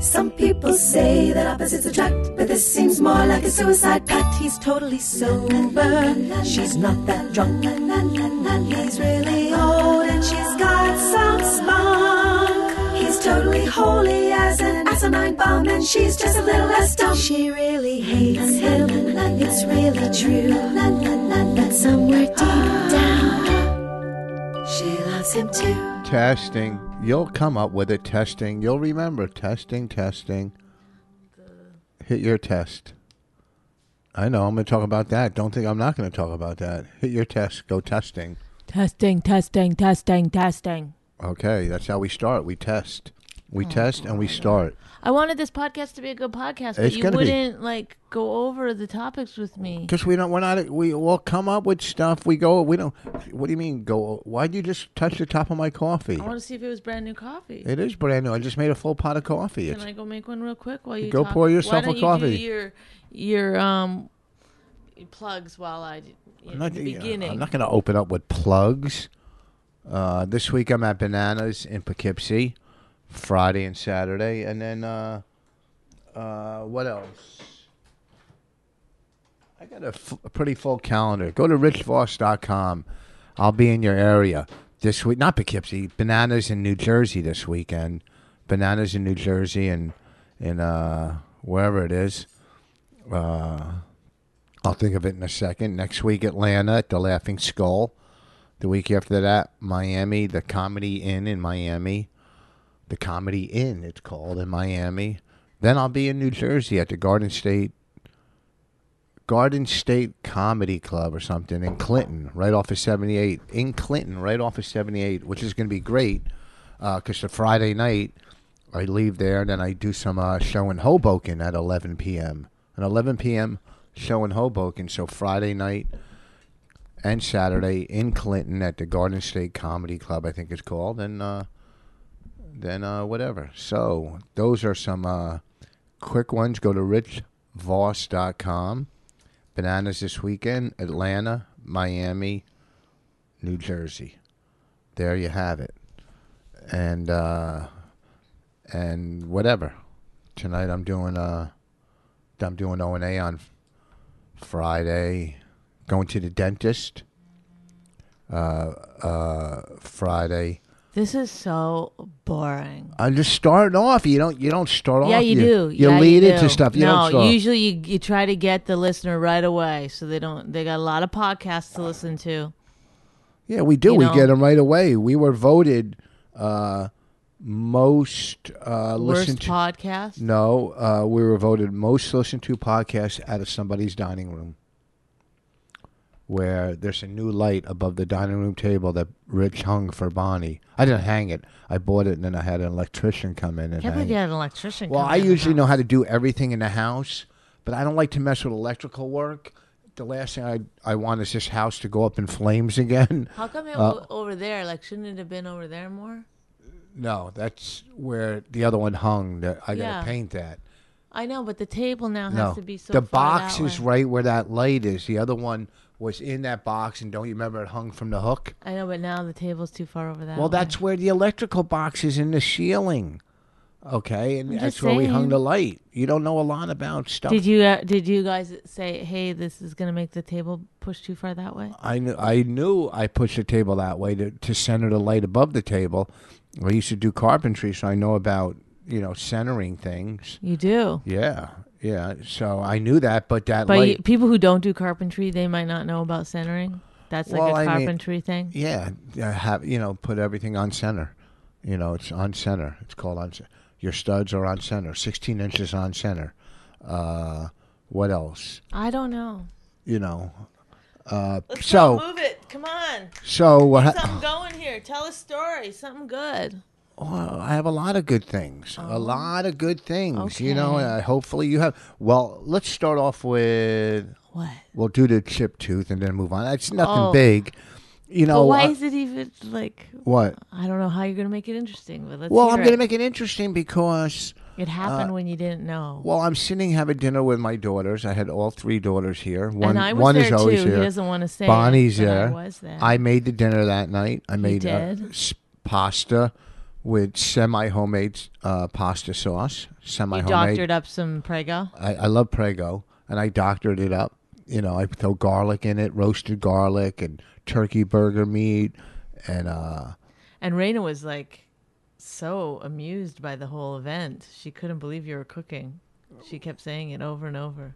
Some people say that opposites attract, but this seems more like a suicide pact. He's totally sober, she's not that drunk. He's really old and she's got some spunk. He's totally holy as an asinine bomb, and she's just a little less dumb. She really hates him, it's really true. But somewhere deep down, she loves him too. Testing. You'll come up with it. Testing. You'll remember. Testing, testing. Hit your test. I know. I'm going to talk about that. Don't think I'm not going to talk about that. Hit your test. Go testing. Testing, testing, testing, testing. Okay. That's how we start. We test. We Oh. test and we start. I wanted this podcast to be a good podcast, but It's you gonna be. wouldn't like go over the topics with me. Because we don't, we're not, we will come up with stuff. We go, we don't, what do you mean go? Why'd you just touch the top of my coffee? I want to see if it was brand new coffee. It is brand new. I just made a full pot of coffee. Can It's, I go make one real quick while you Go talk? pour yourself a Why don't coffee. You do your your um plugs while I d- I'm not, at the beginning. I'm not going to open up with plugs. Uh, this week I'm at Bananas in Poughkeepsie, Friday and Saturday, and then uh, uh, what else? I got a, f- a pretty full calendar. Go to richvoss.com. I'll be in your area this week. Not Poughkeepsie. Bananas in New Jersey this weekend. Bananas in New Jersey and in uh, wherever it is. Uh, I'll think of it in a second. Next week, Atlanta at the Laughing Skull. The week after that, Miami, the Comedy Inn in Miami. The Comedy Inn, it's called, in Miami. Then I'll be in New Jersey at the Garden State Garden State Comedy Club or something in Clinton, right off of 78. In Clinton, right off of 78, which is going to be great because the Friday night I leave there and then I do some uh, show in Hoboken at 11 p.m. An 11 p.m. show in Hoboken. So Friday night and Saturday in Clinton at the Garden State Comedy Club, I think it's called, and uh, then uh, whatever. So those are some uh, quick ones. Go to richvoss.com. Bananas this weekend, Atlanta, Miami, New Jersey. There you have it. And uh, and whatever. Tonight I'm doing uh I'm doing O and A on Friday. Going to the dentist. Uh, uh, Friday. This is so boring. I'm just starting off. You don't. You don't start Yeah, off. you, do. You yeah, lead you into do. stuff. You no, don't start. usually you, you try to get the listener right away, so they don't. They got a lot of podcasts to listen to. yeah, we do. you We know. get them right away. We were voted uh, most uh, listened Worst to. podcast. no, uh, we were voted most listened to podcast out of somebody's dining room, where there's a new light above the dining room table that Rich hung for Bonnie. I didn't hang it. I bought it and then I had an electrician come in and Can't hang it. believe you had an electrician. Well, come I in. usually know how to do everything in the house, but I don't like to mess with electrical work. The last thing I I want is this house to go up in flames again. How come Uh, it w- over there? Like, shouldn't it have been over there more? No, that's where the other one hung. That I Yeah. gotta paint that. I know, but the table now has No, to be so. the far box that is way. right where that light is. The other one was in that box, and don't you remember it hung from the hook? I know, but now the table's too far over that. Well, way. that's where the electrical box is in the ceiling. Okay, and just that's where we hung saying. the light. You don't know a lot about stuff. Did you uh, did you guys say, hey, this is gonna make the table push too far that way? I knew I knew I pushed the table that way to, to center the light above the table. I used to do carpentry, so I know about you know centering things. You do, Yeah, yeah. So I knew that, but that but light. you, people who don't do carpentry, they might not know about centering. That's like Well, I a mean- carpentry thing. yeah, yeah, have you know put everything on center. You know it's on center. It's called on. ce- Your studs are on center. Sixteen inches on center. Uh, what else? I don't know. You know. Uh, so move it. Come on, so what? ha- going here. Tell a story. Something good. Well, I have a lot of good things. A lot of good things. You know, Oh. okay. uh, hopefully you have. Well, let's start off with What? we'll do the chip tooth and then move on. It's nothing Oh. big. you know but why uh, is it even like? what? I don't know how you're gonna make it interesting, but let's. Well, I'm hear going to it. make uh, it interesting because It happened when you didn't know. well, I'm sitting having dinner with my daughters. I had all three daughters here. One and I was one there is always too. here. He doesn't want to say. it, Bonnie's but there. I was there. I made the dinner that night. I made uh, did? s- pasta with semi homemade uh, pasta sauce. Semi you homemade. doctored up some Prego. I, I love Prego, and I doctored it up. You know, I throw garlic in it, roasted garlic, and turkey burger meat, and uh, And Raina was like so amused by the whole event. She couldn't believe you were cooking. She kept saying it over and over.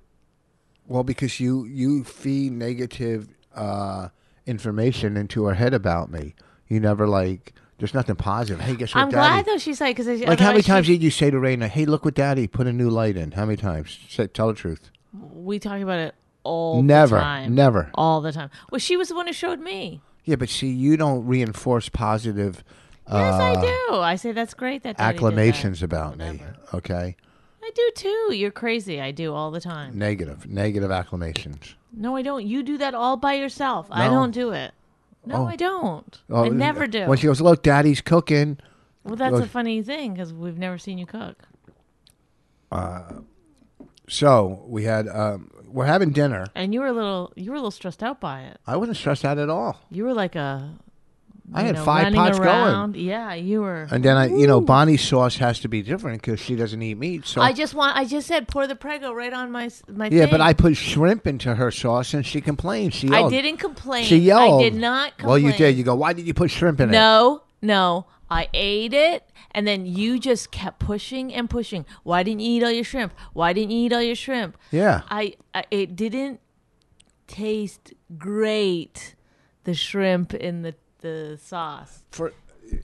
well, because you you feed negative uh, information into her head about me. You never like. There's nothing positive. Hey, guess what, I'm Daddy? glad though she's like because like how many times did you say to Raina, "Hey, look what Daddy put a new light in"? How many times? Say, tell the truth. we talk about it all Never, the time. never. all the time. Well, she was the one who showed me. Yeah, but see, you don't reinforce positive Yes, uh, I do. I say that's great. That Daddy did that." acclamations about me. Whatever. Okay, I do too. You're crazy. I do all the time. negative, negative acclamations. No, I don't. You do that all by yourself. I No. don't do it. No, Oh. I don't. Oh, I never do. When she goes, look, Daddy's cooking. well, that's oh. a funny thing because we've never seen you cook. So we had, um, we're having dinner. And you were a little, you were a little stressed out by it. I wasn't stressed out at all. You were like a. I you had know, five running pots going. around. Yeah, you were. And then I, you know, Bonnie's sauce has to be different because she doesn't eat meat. So I just want. I just said pour the prego right on my s- my. yeah, but thing. I put shrimp into her sauce and she complained. She I yelled. didn't complain. She yelled. I did not complain. Well, you did. You go. Why did you put shrimp in it? No, no. I ate it, and then you just kept pushing and pushing. Why didn't you eat all your shrimp? Why didn't you eat all your shrimp? Yeah. I, I it didn't taste great. The shrimp in the the sauce, For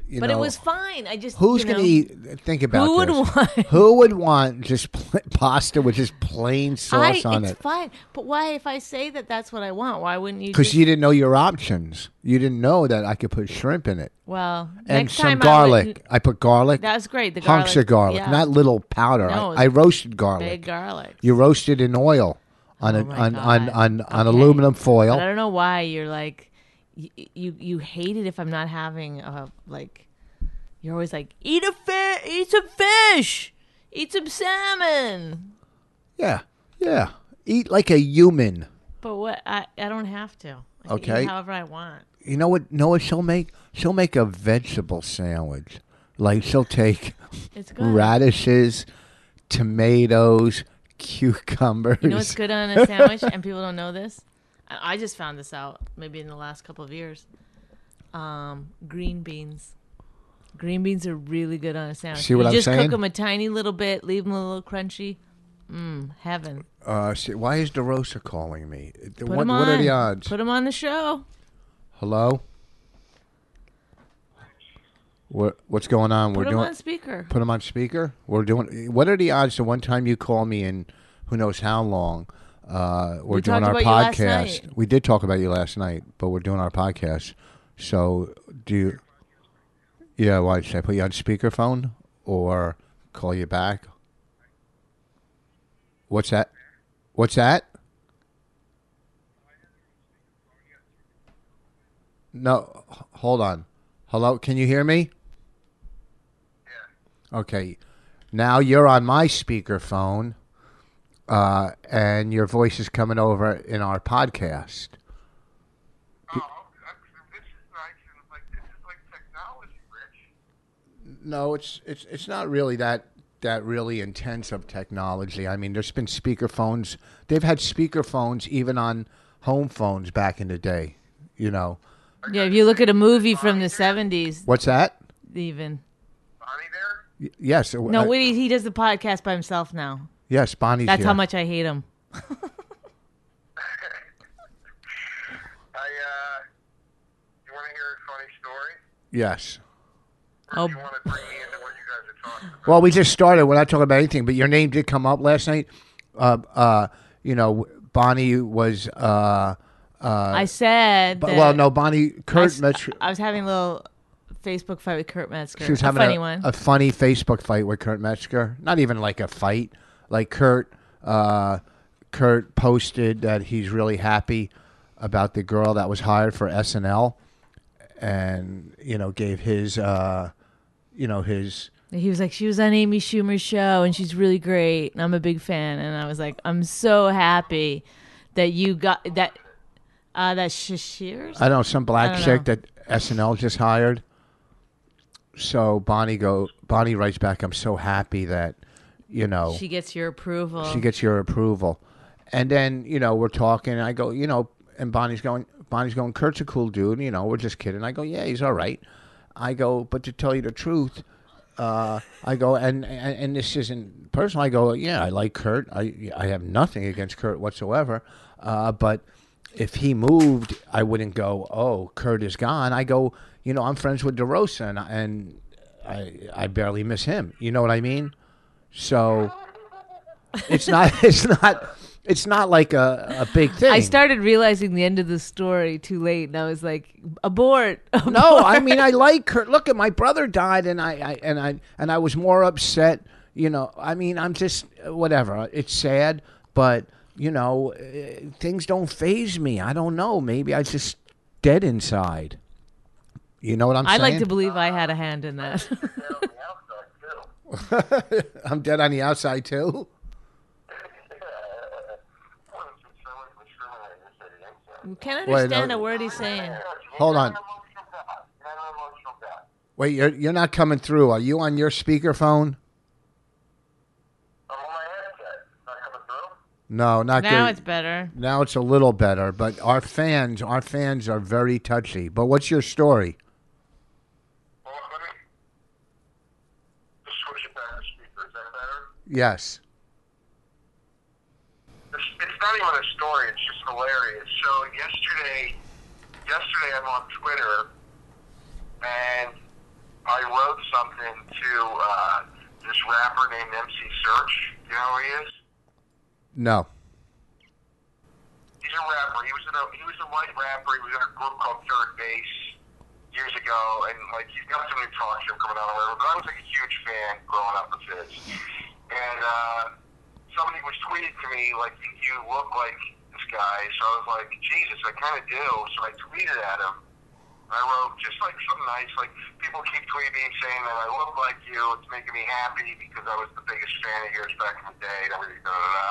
you but know, it was fine. I just Who's you going know, to eat? Think about Who would this. want- Who would want just pl- pasta with just plain sauce I, on it's it? fine. But why, if I say that that's what I want, why wouldn't you? Because just- you didn't know your options. You didn't know that I could put shrimp in it well, and next some time I garlic. wouldn't- I, put garlic. That's great. The hunks of garlic, garlic, yeah. not little powder. No, I, I roasted garlic. big garlic. You roasted in oil on Oh a, my on, on God. on on Okay. aluminum But I foil. don't know why you're like you you, you hate it if I'm not having a like you're always like eat a fish, eat some fish, eat some salmon. Yeah, yeah. Eat like a human. But what I I don't have to. I can eat Okay. however I want. You know what? Noah, she'll make she'll make a vegetable sandwich. Like she'll take It's good. radishes, tomatoes, cucumbers. You know what's good on a sandwich, and people don't know this. I I just found this out maybe in the last couple of years. Um, green beans. Green beans are really good on a sandwich. See what you I'm just saying? cook them a tiny little bit, leave them a little crunchy. Mm, heaven. Uh, see, why is DeRosa calling me? It- Put what, him on. what are the odds? Put him on the show. Hello. What what's going on? Put We're him doing on speaker. put him on speaker. We're doing. What are the odds? The one time you call me in, who knows how long? Uh, we're We doing talked our about you last podcast. night. We did talk about you last night, but we're doing our podcast. So do you? Yeah, why should I put you on speakerphone or call you back? What's that? What's that? No, h- hold on. Hello, can you hear me? Okay. Now you're on my speakerphone, uh, and your voice is coming over in our podcast. Oh, I'm, this is nice, and I'm like, this is like technology, Rich. No, it's it's it's not really that that really intense of technology. I mean, there's been speakerphones. They've had speakerphones even on home phones back in the day. You know Yeah, if you look at a movie from the seventies, what's that? even. Bonnie there? Y- Yes. uh, No, uh, wait, he does the podcast by himself now. Yes, Bonnie's That's here. how much I hate him. I, uh, you want to hear a funny story? Yes. Or Oh. do you want to bring me into what you guys are talking about? Well, we just started. We're not talking about anything, but your name did come up last night. Uh, uh, you know, Bonnie was. Uh, I said. But, that well, no, Bonnie I Kurt s- Metzger. I was having a little Facebook fight with Kurt Metzger. She was a having funny a, one. a funny Facebook fight with Kurt Metzger. Not even like a fight. Like Kurt, uh, Kurt posted that he's really happy about the girl that was hired for SNL, and you know gave his uh, you know his He was like, she was on Amy Schumer's show and she's really great. And I'm a big fan. And I was like, I'm so happy that you got that. Uh, that Shashir? I don't know some black don't chick that SNL just hired. So Bonnie go Bonnie writes back. I'm so happy that you know She gets your approval. she gets your approval. And then, you know, we're talking. and I go, you know, and Bonnie's going, Bonnie's going, Kurt's a cool dude. You know, we're just kidding. I go, yeah, he's all right. I go, but to tell you the truth, uh, I go, and, and and this isn't personal. I go, yeah, I like Kurt. I I have nothing against Kurt whatsoever. Uh, but if he moved, I wouldn't go. Oh, Kurt is gone. I go, you know, I'm friends with DeRosa, and and I I barely miss him. You know what I mean? So it's not it's not it's not like a, a big thing. I started realizing the end of the story too late. And I was like, abort. No, I mean I like Kurt. Look at my brother died, and I, I and I and I was more upset. You know, I mean I'm just whatever. It's sad, but you know eh, things don't phase me. I don't know. Maybe I just dead inside. You know what I'm I'd saying? like to believe I had a hand in that. Get on the outside, too. I'm dead on the outside too. Yeah. Well, it's extremely discriminating to say the inside. Can't Wait, understand no. a word he's saying. Hold on. You're an emotional guy. You're an emotional guy. Wait, you're you're not coming through. Are you on your speakerphone? I'm on my headset. Not coming through? No, not Now good. it's better. Now it's a little better, but our fans, our fans are very touchy. But what's your story? Well, let me just switch it back to speaker. Is that better? Yes. It's, it's not even a story. It's just hilarious. So yesterday, yesterday I'm on Twitter, and I wrote something to uh, this rapper named MC Search. You know who he is? No. He's a rapper. He was in a he was a white rapper. He was in a group called Third Base years ago, and like he's got some new talk show coming out or whatever. But I was like a huge fan growing up of his. And uh, somebody was tweeting to me like, "You, you look like this guy." So I was like, "Jesus, I kind of do." So I tweeted at him. I wrote just like something nice, like people keep tweeting me saying that I look like you. It's making me happy because I was the biggest fan of yours back in the day. And everything, da da da.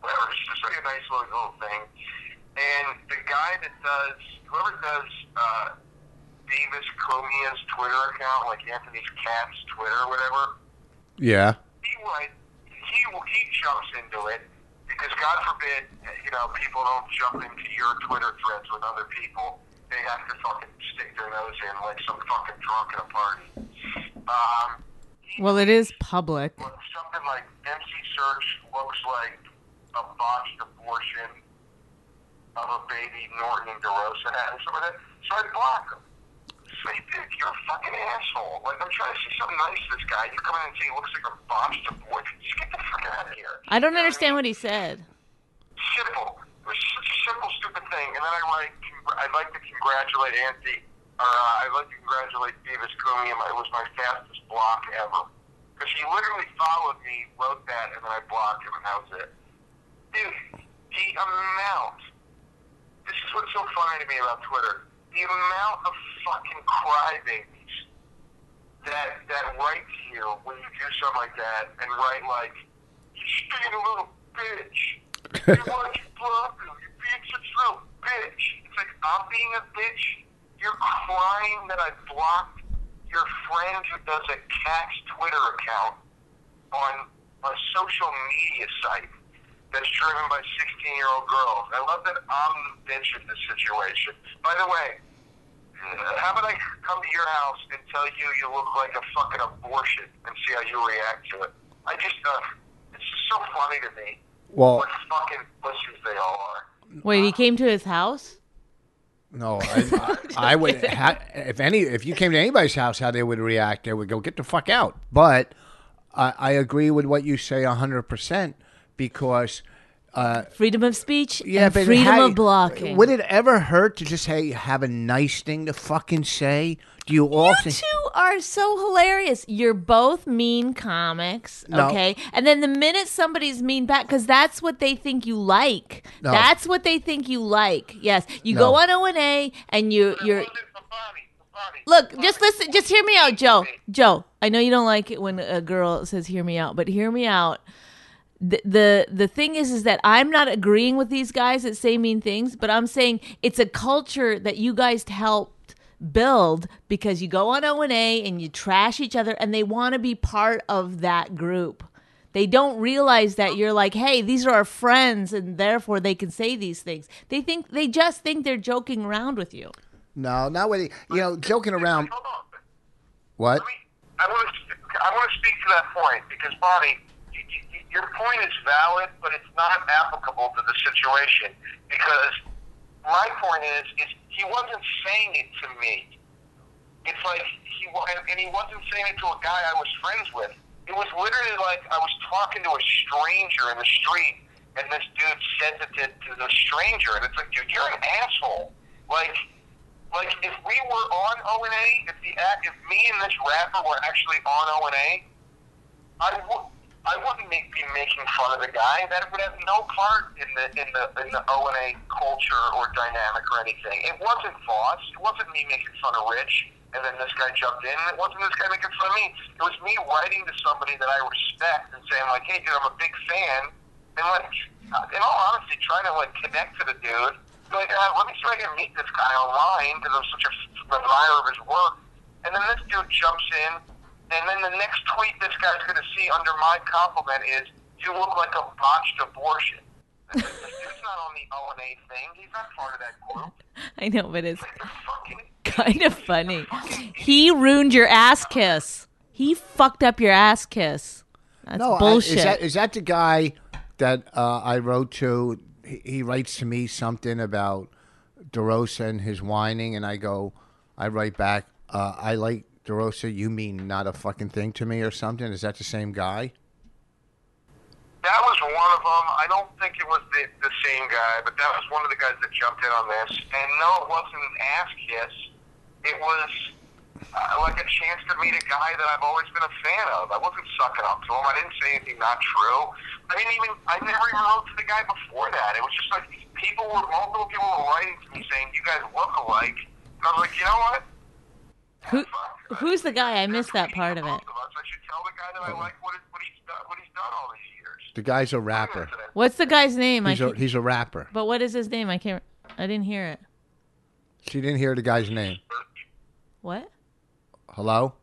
Whatever, it's just like a nice little, little thing. And the guy that does, whoever does uh, Davis Comia's Twitter account, like Anthony Cat's Twitter or whatever, Yeah. he would he he jumps into it because God forbid you know people don't jump into your Twitter threads with other people. They have to fucking stick their nose in like some fucking drunk at a party. Um, he Well, it is public. was something like MC Search looks like a botched abortion of a baby Norton and DeRosa had or something like that. So I block him. Say, dick, you're a fucking asshole. Like, I'm trying to see something nice to this guy. You come in and say he looks like a botched abortion. Just get the fuck out of here. I don't understand what he said. Simple. It was such a simple, stupid thing. And then I like, congr- I'd like to congratulate Anthony, or uh, I'd like to congratulate Davis Cooney. It was my fastest block ever. Because he literally followed me, wrote that, and then I blocked him, and that was it. Dude, the amount this is what's so funny to me about Twitter. The amount of fucking crybabies that that write to you when you do something like that and write like, "You stupid little bitch. You want to block you. You're being such a little bitch." It's like I'm being a bitch. You're crying that I blocked your friend who does a cat's Twitter account on a social media site that's driven by 16 year old girls. I love that I'm the bitch in this situation. By the way, uh, how about I come to your house and tell you you look like a fucking abortion and see how you react to it? I just, uh, it's just so funny to me Well, what fucking pussies they all are. Wait, he came to his house? no, I, I, I would. Ha- if any, if you came to anybody's house, how they would react? They would go get the fuck out. But I, I agree with what you say hundred percent because Freedom of speech yeah, and but freedom how- of blocking. Would it ever hurt to just hey have a nice thing to fucking say? Do you all you think? two are so hilarious. You're both mean comics, No. okay? And then the minute somebody's mean back, because that's what they think you like. No. That's what they think you like. Yes, you No. go on O and A, and you you're It wasn't for Bonnie. funny. Look, just listen. Just hear me out, Joe. Joe, I know you don't like it when a girl says "hear me out," but hear me out. The, the the thing is is that I'm not agreeing with these guys that say mean things, but I'm saying it's a culture that you guys helped build because you go on O and A and you trash each other and they want to be part of that group. They don't realize that you're like, hey, these are our friends and therefore they can say these things. They think they just think they're joking around with you. No, not with the- you know joking around. Hold on. What? Let me, I want to. I want to speak to that point because Bonnie, y- y- y- your point is valid, but it's not applicable to the situation because my point is, is he wasn't saying it to me. It's like he wa- and he wasn't saying it to a guy I was friends with. It was literally like I was talking to a stranger in the street, and this dude says it to, to the stranger, and it's like, dude, you're an asshole. Like, like if we were on O and A, if the act- if me and this rapper were actually on O and A, I would. I wouldn't make, be making fun of the guy. That would have no part in the in the in the O and A culture or dynamic or anything. It wasn't Voss. It wasn't me making fun of Rich, and then this guy jumped in. It wasn't this guy making fun of me. It was me writing to somebody that I respect and saying like, "Hey, dude, I'm a big fan," and like, uh, in all honesty, trying to like connect to the dude. Like, uh, let me see if I can meet this guy online because I'm such a f- admirer of his work. And then this dude jumps in and then the next tweet this guy's going to see under my compliment is, "You look like a botched abortion." This dude's not on the O and A thing. He's not part of that group. I know, but it's You're fucking. kind of funny. He ruined your ass kiss. He fucked up your ass kiss. That's No, I- bullshit. is that is that the guy that uh, I wrote to? He, he writes to me something about DeRosa and his whining, and I go, I write back, uh, I like DeRosa. You mean not a fucking thing to me or something? Is that the same guy? That was one of them. I don't think it was the, the same guy, but that was one of the guys that jumped in on this. And no, it wasn't an ass kiss. It was uh, like a chance to meet a guy that I've always been a fan of. I wasn't sucking up to him. I didn't say anything not true. I didn't even. I never even wrote to the guy before that. It was just like people were multiple people were writing to me saying you guys look alike. And I was like, you know what? Who, Fuck. who's the guy? I missed that part Between of it. both us, I should tell the guy that I like what, it, what he's done. What he's done all these years. The guy's a rapper. Today. What's the guy's name? I He's a can't, he's a rapper. but what is his name? I can't. I didn't hear it. She didn't hear the guy's name. What? Hello.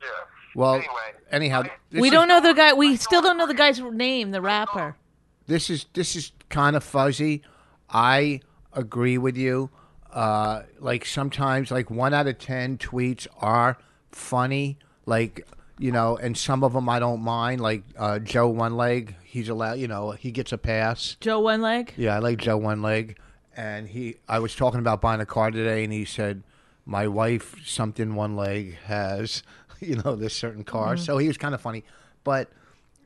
Yeah. Well, Anyway. anyhow, this we is- don't know the guy. We still don't know the guy's name. The rapper. this is this is kind of fuzzy. I agree with you. Uh, like sometimes, like one out of ten tweets are funny. Like you know, and some of them I don't mind. Like uh, Joe One Leg, he's allowed. You know, he gets a pass. Joe One Leg. Yeah, I like Joe One Leg, and he. I was talking about buying a car today, and he said, "My wife, something One Leg has, you know, this certain car." Mm-hmm. So he was kind of funny, but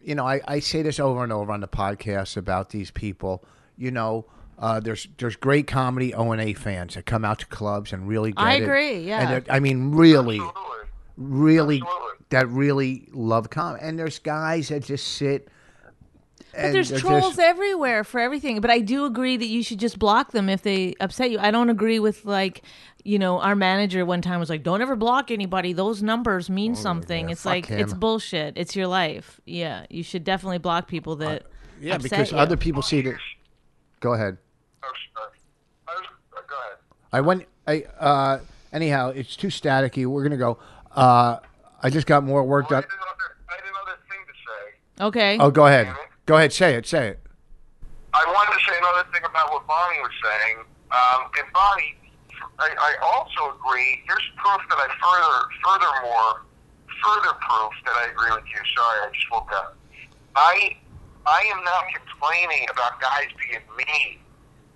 you know, I, I say this over and over on the podcast about these people. You know, uh, there's there's great comedy O and A fans that come out to clubs and really. Get I it. agree, And yeah. they're- I mean, really Absolutely. really Absolutely. that really love comedy. And there's guys that just sit. uh, But there's trolls everywhere for everything. But I do agree that you should just block them if they upset you. I don't agree with like, you know, our manager one time was like, "Don't ever block anybody. Those numbers mean Oh, something." yeah, It's fuck like it's him. bullshit. It's your life. Yeah, you should definitely block people that. yeah, upset because you. other people see that. Go ahead. Oh, sorry. I was, uh, go ahead. I went. I uh, anyhow, it's too staticky. We're gonna go. Uh, I just got more worked Well, I, up. had another, I had another thing to say. Okay. Oh, go ahead. Go ahead. Say it. Say it. I wanted to say another thing about what Bonnie was saying. Um, and Bonnie, I, I also agree. Here's proof that I further, furthermore, further proof that I agree with you. Sorry, I just woke up. I, I am not complaining about guys being mean.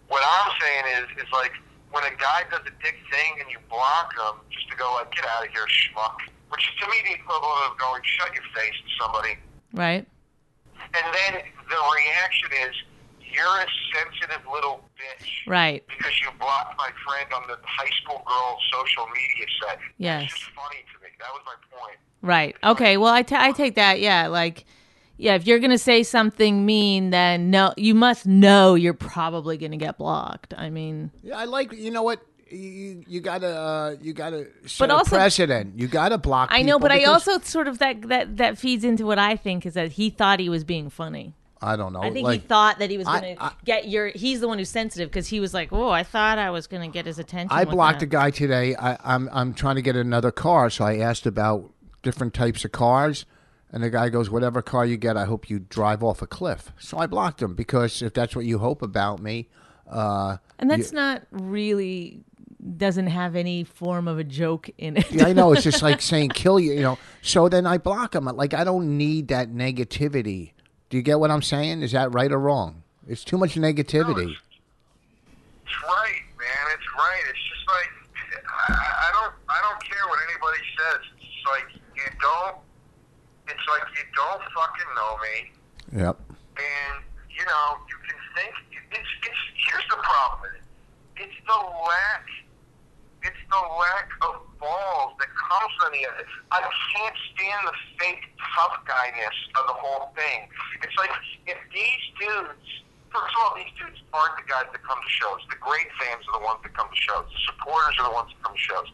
What I'm saying is, is like when a guy does a dick thing and you block him just to go like, get out of here, schmuck. Which is to me the equivalent of going, shut your face to somebody. Right. And then the reaction is, you're a sensitive little bitch. Right. Because you blocked my friend on the high school girl social media site. Yes. It's just funny to me. That was my point. Right. Okay. Well, I, ta- I take that. Yeah. Like, yeah, if you're going to say something mean, then no, you must know you're probably going to get blocked. I mean, Yeah, I like. You know what? you, you gotta uh, you gotta set also- a precedent. You gotta block. I know, people but I because- also sort of that that that feeds into what I think is that he thought he was being funny. I don't know. I think like, he thought that he was I- going I- to get your. He's the one who's sensitive because he was like, "Oh, I thought I was going to get his attention." I with blocked that." a guy today. I, I'm I'm trying to get another car, so I asked about different types of cars, and the guy goes, "Whatever car you get, I hope you drive off a cliff." So I blocked him because if that's what you hope about me, uh, and that's not really doesn't have any form of a joke in it. yeah, I know it's just like saying kill you, you know. So then I block him. Like I don't need that negativity. Do you get what I'm saying? Is that right or wrong? It's too much negativity. It's right, man. It's right. It's just like I, I I don't I don't care what anybody says. It's just like you don't. It's like you don't fucking know me, Yep. and you know you can think. It's it's here's the problem with it. It's the lack. It's the lack of balls that comes from the other. I can't stand the fake tough guyness of the whole thing. It's like if these dudes, first of all, these dudes aren't the guys that come to shows. The great fans are the ones that come to shows. The supporters are the ones that come to shows.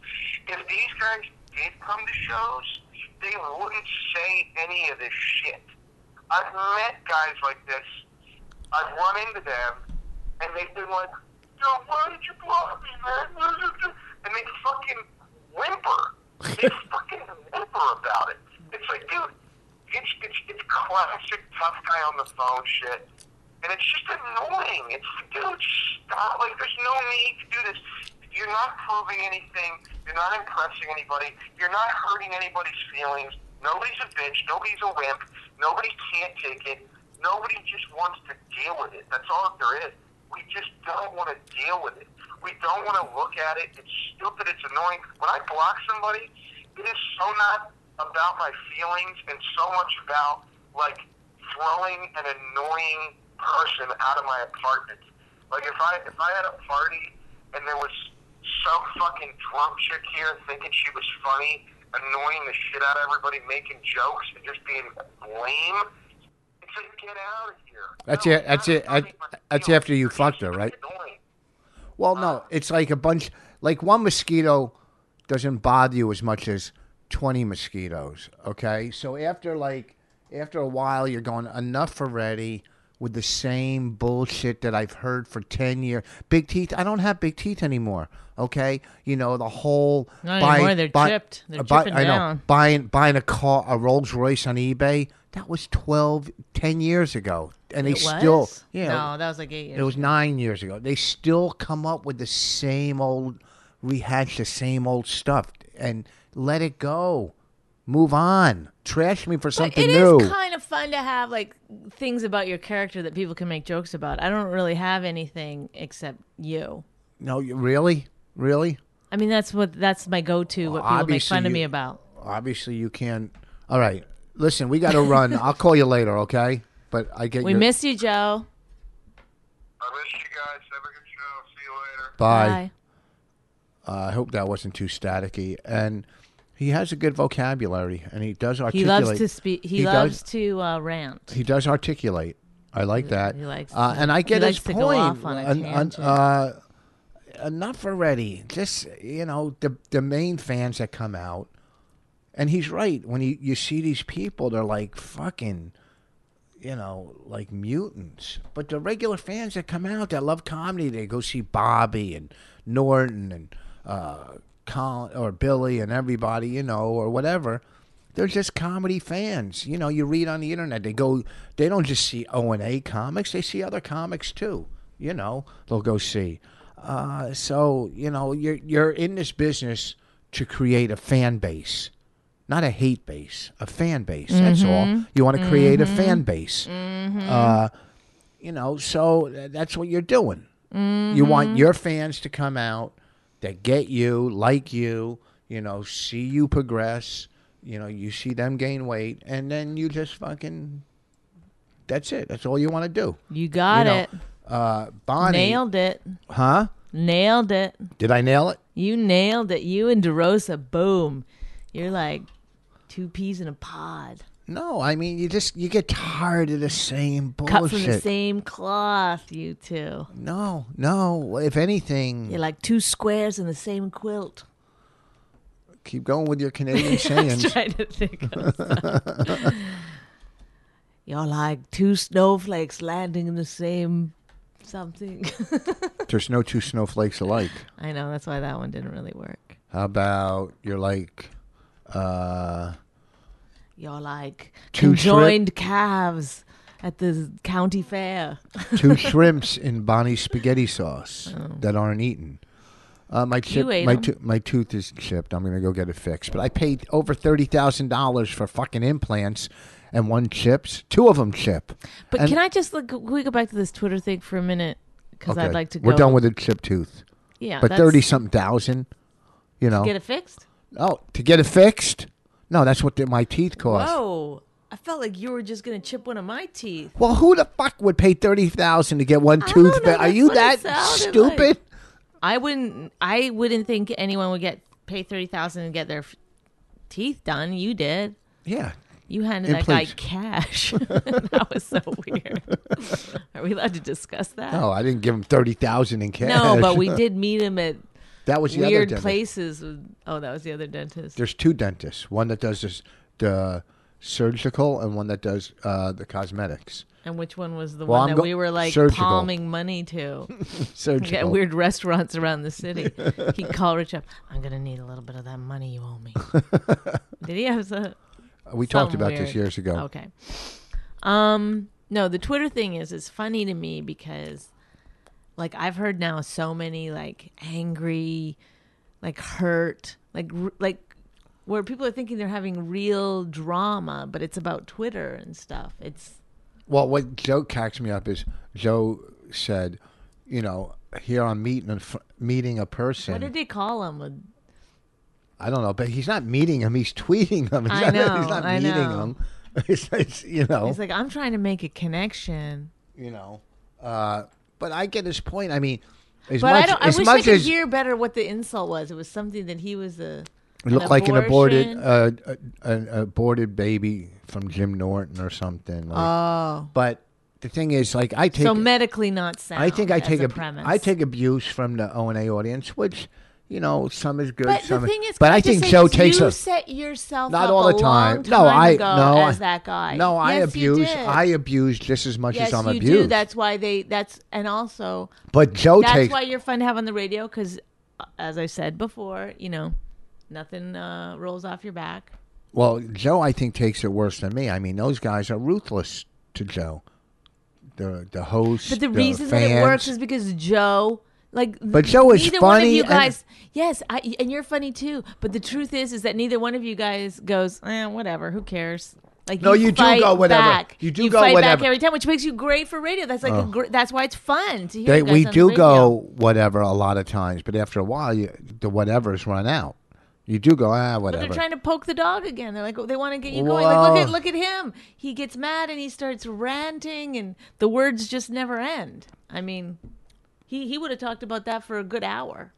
If these guys did come to shows, they wouldn't say any of this shit. I've met guys like this I've run into them, and they've been like, "Yo, why did you block me, man?" And they fucking whimper. They fucking whimper about it. It's like, dude, it's it's it's classic tough guy on the phone shit, and it's just annoying. It's like, dude, stop. Like, there's no need to do this. You're not proving anything. You're not impressing anybody. You're not hurting anybody's feelings. Nobody's a bitch. Nobody's a wimp. Nobody can't take it. Nobody just wants to deal with it. That's all there is. We just don't want to deal with it. We don't want to look at it. It's stupid. It's annoying. When I block somebody, it is so not about my feelings and so much about like throwing an annoying person out of my apartment. Like if I if I had a party and there was some fucking drunk chick here thinking she was funny, annoying the shit out of everybody, making jokes and just being lame. It's like get out of here. That's No, it- that's not it- hurting my that's feelings. after you It's fucked her, just right? annoying. Well, no, Ah. it's like a bunch. Like one mosquito doesn't bother you as much as twenty mosquitoes. Okay, so after like after a while, you're going enough already with the same bullshit that I've heard for ten years. Big teeth. I don't have big teeth anymore. Okay, you know the whole. Not anymore, they're chipped. They're chipping I know down. buying buying a car a Rolls Royce on eBay. That was 12, 10 years ago, and they It was? still yeah No, that was like eight years. it was nine years ago. They still come up with the same old rehash, the same old stuff, and let it go. Move on. Trash me for But something it new. is kind of fun to have like things about your character that people can make jokes about. I don't really have anything except you. no, you- really, really. I mean, that's what that's my go-to. What people make obviously fun of you- me about. Obviously, you can't. All right, listen. We got to run. I'll call you later, okay? But I get We your- miss you, Joe. I miss you guys. Have a good show. See you later. Bye. Uh, I hope that wasn't too staticky. And he has a good vocabulary, and he does He articulate. loves to speak. He, does- loves to uh, rant. he does articulate. I like that. he likes- uh, and I he get his likes to point. go off on a En- en- tangent. uh, enough already. Just you know the the main fans that come out, and he's right. When you you see these people, they're like fucking. You know, like mutants, but the regular fans that come out that love comedy, they go see Bobby and Norton and uh, Colin or Billy and everybody, you know, or whatever they're just comedy fans. You know, you read on the internet, they go, they don't just see O and A comics, they see other comics too. You know, they'll go see. Uh, so you know, you're you're in this business to create a fan base, not a hate base, a fan base. That's Mm-hmm. all. You want to create a fan base. Uh, you know, so th- that's what you're doing. You Mm-hmm. want your fans to come out that get you, like you, you know, see you progress, you know, you see them gain weight, and then you just fucking. That's it. That's all you want to do. You you got know, it. Uh, Bonnie, Nailed it. huh? Nailed it. Did I nail it? You nailed it. You and DeRosa, boom. You're like two peas in a pod. No, I mean you just you get tired of the same Cut bullshit. from the same cloth, you two. No, no. If anything, You're like two squares in the same quilt. keep going with your Canadian I was sayings. trying to think of something. You're like two snowflakes landing in the same something. There's no two snowflakes alike. I know that's why that one didn't really work. How about you're like, uh, You're like Two shrimp- conjoined calves at the county fair. two shrimps in Bonnie's spaghetti sauce that aren't eaten. Uh, my chip, Oh. ate my 'em. to- my tooth is chipped. I'm gonna go get it fixed. But I paid over thirty thousand dollars for fucking implants, and one chips. Two of them chip. But And- Oh, can I just look? Can we go back to this Twitter thing for a minute? Because I'd like to. Go, We're done with a chipped tooth. Yeah, But that's- thirty something thousand, you know. Get it fixed. oh, to get it fixed? No, that's what the, my teeth cost. Whoa! Oh, I felt like you were just gonna chip one of my teeth. Well, who the fuck would pay thirty thousand to get one don't tooth? know, back? Are that's you what that it sounded stupid? like. I wouldn't. I wouldn't think anyone would get pay thirty thousand and get their f- teeth done. You did. Yeah. You handed And that guy please. cash. that was so weird. Are we allowed to discuss that? No, I didn't give him thirty thousand in Oh, cash. No, but we did meet him at that was the other weird dentist. places. with- Oh, that was the other dentist. There's two dentists. One that does this, the surgical, and one that does uh, the cosmetics. And which one was the Well, one I'm that go- we were like surgical. palming money to? We Surgical. got weird restaurants around the city. He'd call Rich up. I'm gonna need a little bit of that money you owe me. Did he have some? we talked Something about weird. this years ago. Okay. Um, no, the Twitter thing is is funny to me because like I've heard now so many like angry, like hurt, like r- like where people are thinking they're having real drama, but it's about Twitter and stuff. It's Well, what Joe cacks me up is Joe said, you know, here I'm meeting a, fr- meeting a person. what did they call them? I don't know, but he's not meeting him. He's tweeting him. He's I not, know, He's not I meeting know. him. It's, it's, you know, It's like I'm trying to make a connection, you know. Uh, but I get his point. I mean, as but much I don't. I as wish much I could as hear better what the insult was. It was something that he was a it looked like an aborted abortion. uh, uh, an aborted baby from Jim Norton or something. Like, oh, but the thing is, like, I take so medically not sound. I think I as take a ab- premise. I take abuse from the O and A audience, which you know some is good. But some the thing is, but can I just think say Joe this? takes you us set yourself not up all a the time. long No, I ago no as that guy. No, I Yes, you abuse. did. I abuse just as much yes, as I'm you abused. do. That's why they. That's and also but Joe that's takes. why you're fun to have on the radio because, as I said before, you know, nothing uh, rolls off your back. Well, Joe, I think takes it worse than me. I mean, those guys are ruthless to Joe. The the host. But the, the reason fans. that it works is because Joe, like, But Joe is neither one of funny you and- guys. yes, I, and you're funny too. But the truth is, is that neither one of you guys goes, eh, whatever. Who cares? Like, No, you do fight go whatever. Back. You do go fight whatever. back every time, which makes you great for radio. That's like a gr- that's why it's fun to hear. They, you guys we on do the radio. go whatever a lot of times, but after a while, you, the whatever's run out. You do go ah But whatever. they're trying to poke the dog again. They're like, they want to get you going. Well- Like, look at look at him. He gets mad and he starts ranting, and the words just never end. I mean, he he would have talked about that for a good hour.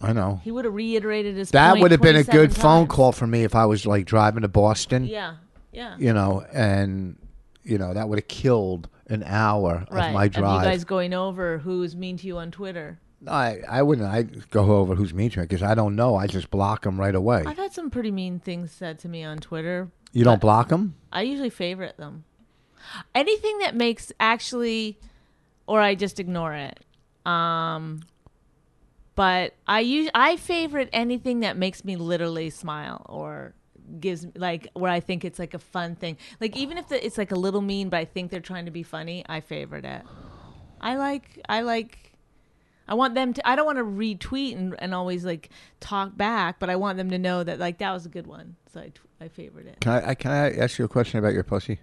I know. He would have reiterated his. That point would have been a 27 good phone times. call for me if I was like driving to Boston, Yeah, yeah. you know, and you know that would have killed an hour right. of my Of drive. you guys going over who's mean to you on Twitter. No, I I wouldn't. I go over who's mean to me because I don't know. I just block them right away. I've had some pretty mean things said to me on Twitter. You don't block them? I usually favorite them. Anything that makes actually, or I just ignore it. Um, but I use I favorite anything that makes me literally smile or gives like where I think it's like a fun thing. Like even if the, it's like a little mean, but I think they're trying to be funny. I favorite it. I like I like. I want them to. I don't want to retweet and, and always like talk back, but I want them to know that like that was a good one. So I, t- I favorite it. Can I, I can I ask you a question about your pussy?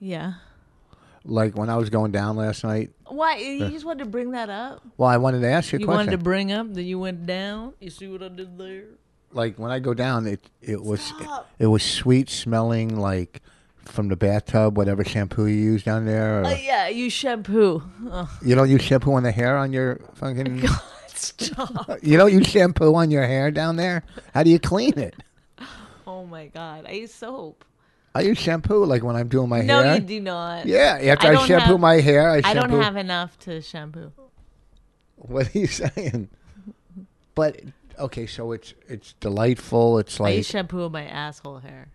Yeah. Like when I was going down last night. Why you just wanted to bring that up? Well, I wanted to ask you a You question. wanted to bring up that you went down. You see what I did there? like when I go down, it it was it, was sweet smelling like from the bathtub, whatever shampoo you use down there. or- Uh, yeah, you shampoo. Oh, you don't use shampoo on the hair on your fucking. God, stop! You don't use shampoo on your hair down there. How do you clean it? Oh my god, I use soap. I use shampoo like when I'm doing my No, hair. you do not. Yeah, after I I, don't shampoo have- my hair, I shampoo. I don't have enough to shampoo. What are you saying? But okay, so it's it's delightful. It's I like use shampoo in my asshole hair.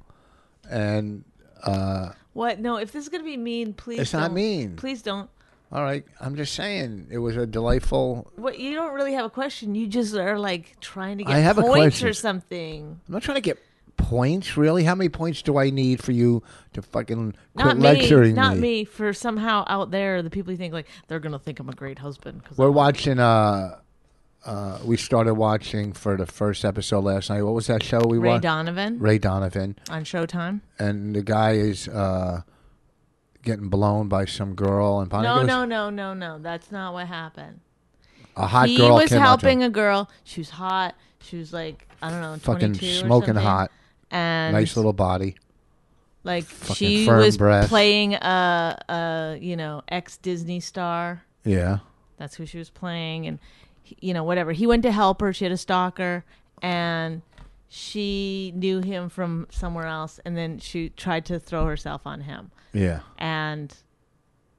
and uh, What? No, if this is gonna be mean, please. It's not don't. mean. Please don't. all right. I'm just saying it was a delightful. What? You don't really have a question. You just are like trying to get I have a points question. or something. I'm not trying to get points really. How many points do I need for you to fucking quit Not me. lecturing Not me? me. For somehow out there, the people you think like they're gonna think I'm a great husband. 'cause We're I'm- watching. Uh, uh, we started watching for the first episode last night. What was that show we Ray watched? Donovan Ray Donovan. on Showtime. and the guy is uh, getting blown by some girl, and Bonnie No, goes, no, no, no, no. That's not what happened. a hot he girl was came out to him. helping a girl. She was hot. She was like I don't know, fucking 22 or smoking something. hot, and nice little body. like she firm was breasts. playing a, a you know ex Disney star. Yeah, That's who she was playing, and he- you know whatever. He went to help her. She had a stalker, and she knew him from somewhere else, and then she tried to throw herself on him, yeah. and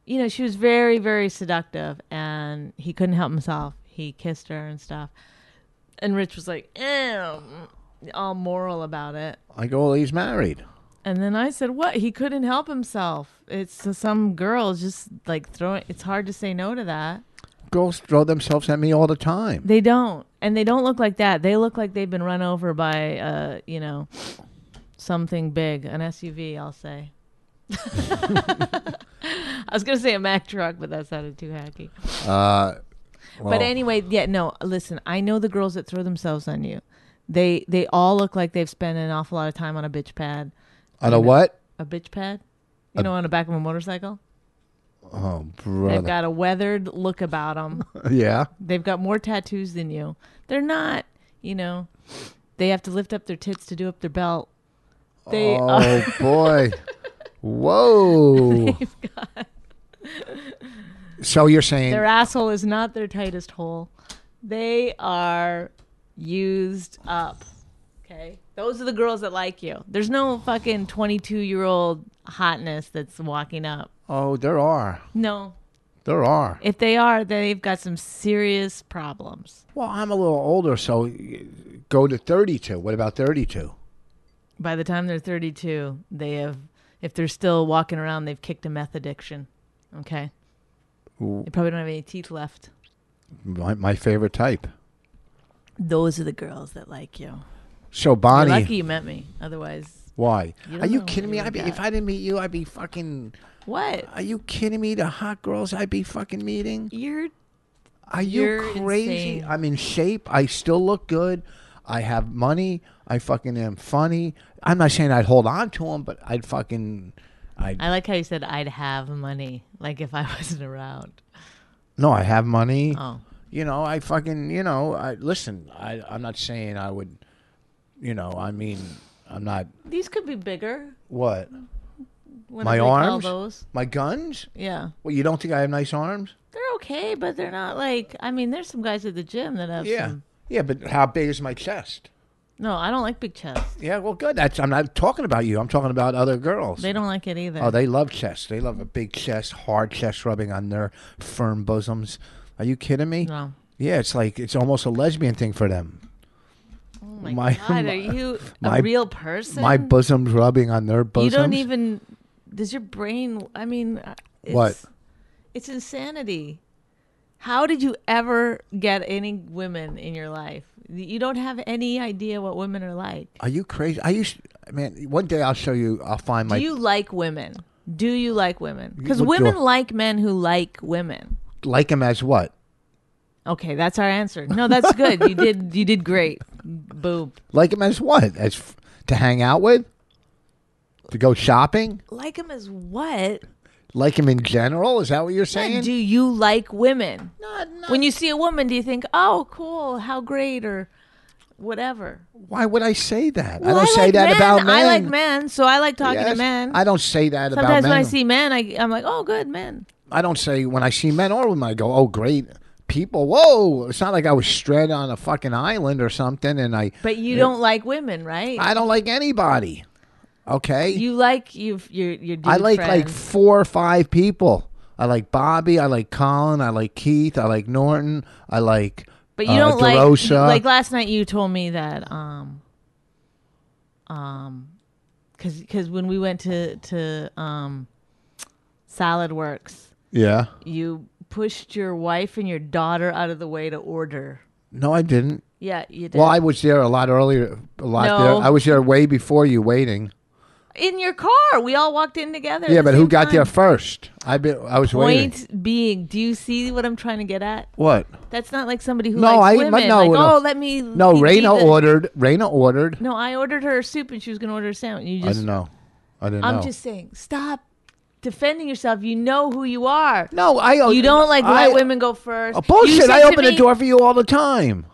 you know she was very very seductive, and he couldn't help himself. He kissed her and stuff, and Rich was like, "Ew," all moral about it. I go, well, he's married. And then I said, "What? He couldn't help himself. It's to some girls just like throwing. It's hard to say no to that. Girls throw themselves at me all the time. They don't, and they don't look like that. They look like they've been run over by, uh, you know, something big, an SUV. I'll say. I was gonna say a Mack truck, but that sounded too hacky. Uh, well, But anyway, yeah, no. Listen, I know the girls that throw themselves on you. They they all look like they've spent an awful lot of time on a bitch pad. on a what? A bitch pad. You know, on the back of a motorcycle. Oh, They've brother. got a weathered look about them. yeah, They've got more tattoos than you. They're not, you know, they have to lift up their tits to do up their belt. They uh, are, Oh boy. Whoa. So you're saying their asshole is not their tightest hole. They are used up. Okay. Those are the girls that like you. There's no fucking 22 year old hotness that's walking up. oh there are No. there are. If they are, they've got some serious problems. Well, I'm a little older, so y- go to 32. What about 32? by the time they're 32, they have, if they're still walking around, they've kicked a meth addiction. Okay. They probably don't have any teeth left. My, my favorite type. Those are the girls that like you. So You're Bonnie, lucky you met me. Otherwise, why? You are don't you know kidding me? what I'd be, you if got. I didn't meet you, I'd be fucking. what? Are you kidding me? The hot girls I'd be fucking meeting. You're Are you You're crazy? insane. I'm in shape. I still look good. I have money. I fucking am funny. I'm not saying I'd hold on to them, but I'd fucking. I'd, I like how you said I'd have money, like if I wasn't around. no, I have money. Oh. You know, I fucking, you know, I listen. I, I'm not saying I would, you know, I mean, I'm not These could be bigger. what What do my they call arms, those? my guns. Yeah. Well, you don't think I have nice arms? They're okay, but they're not like, I mean, there's some guys at the gym that have Yeah. some. Yeah, but how big is my chest? No, I don't like big chests. Yeah, well, good. That's I'm not talking about you. I'm talking about other girls. They don't like it either. oh, they love chests. They love a big chest, hard chest rubbing on their firm bosoms. Are you kidding me? no. Yeah, it's like it's almost a lesbian thing for them. Oh my, My- god, are you a my- real person? My bosoms rubbing on their you bosoms. don't even. Does your brain? I mean, uh, it's, What? It's insanity. How did you ever get any women in your life? You don't have any idea what women are like. Are you crazy? I used man. One day I'll show you. I'll find Do my you like women? Do you like women? Because What do women I- like men who like women. like him as what Okay, that's our answer. No, that's good. you did. You did great. Boom. like him as what as f- to hang out with, to go shopping, Like them as what? like him in general. Is that what you're saying? Do you like women? Not- not- When you see a woman, do you think, "Oh, cool, how great," or whatever? Why would I say that? I Well, don't say like that men. about men. I like men, so I like talking to Yes. men. I don't say that about Sometimes men. when I see men, I, I'm like, "Oh, good men." I don't say when I see men or women. I go, oh, great. people. Whoa! It's not like I was stranded on a fucking island or something, and I But you don't like women, right? I don't like anybody. Okay, you like you your your dude I like like friends. four or five people. I like Bobby. I like Colin. I like Keith. I like Norton. I like. But you uh, don't like DeRosa. like last night you told me that um um cuz cuz when we went to to um Salad Works, Yeah. you pushed your wife and your daughter out of the way to order. No, I didn't. Yeah, you did. Well, I was there a lot earlier. A lot No. there. I was there way before you waiting. in your car. We all walked in together. at Yeah, the but who same got there time. first? I been. I was waiting. Point being, do you see what I'm trying to get at? What? That's not like somebody who No, likes I- but women. no, like, no. oh, let me. No, give you Raina the- ordered. Raina ordered. No, I ordered her a soup and she was going to order a sandwich. You I just don't know. I didn't I'm know. just saying, stop defending yourself. You know who you are. no, I. oh, You don't like I- let women go first. Uh, You bullshit! said I to open the me- door for you all the time.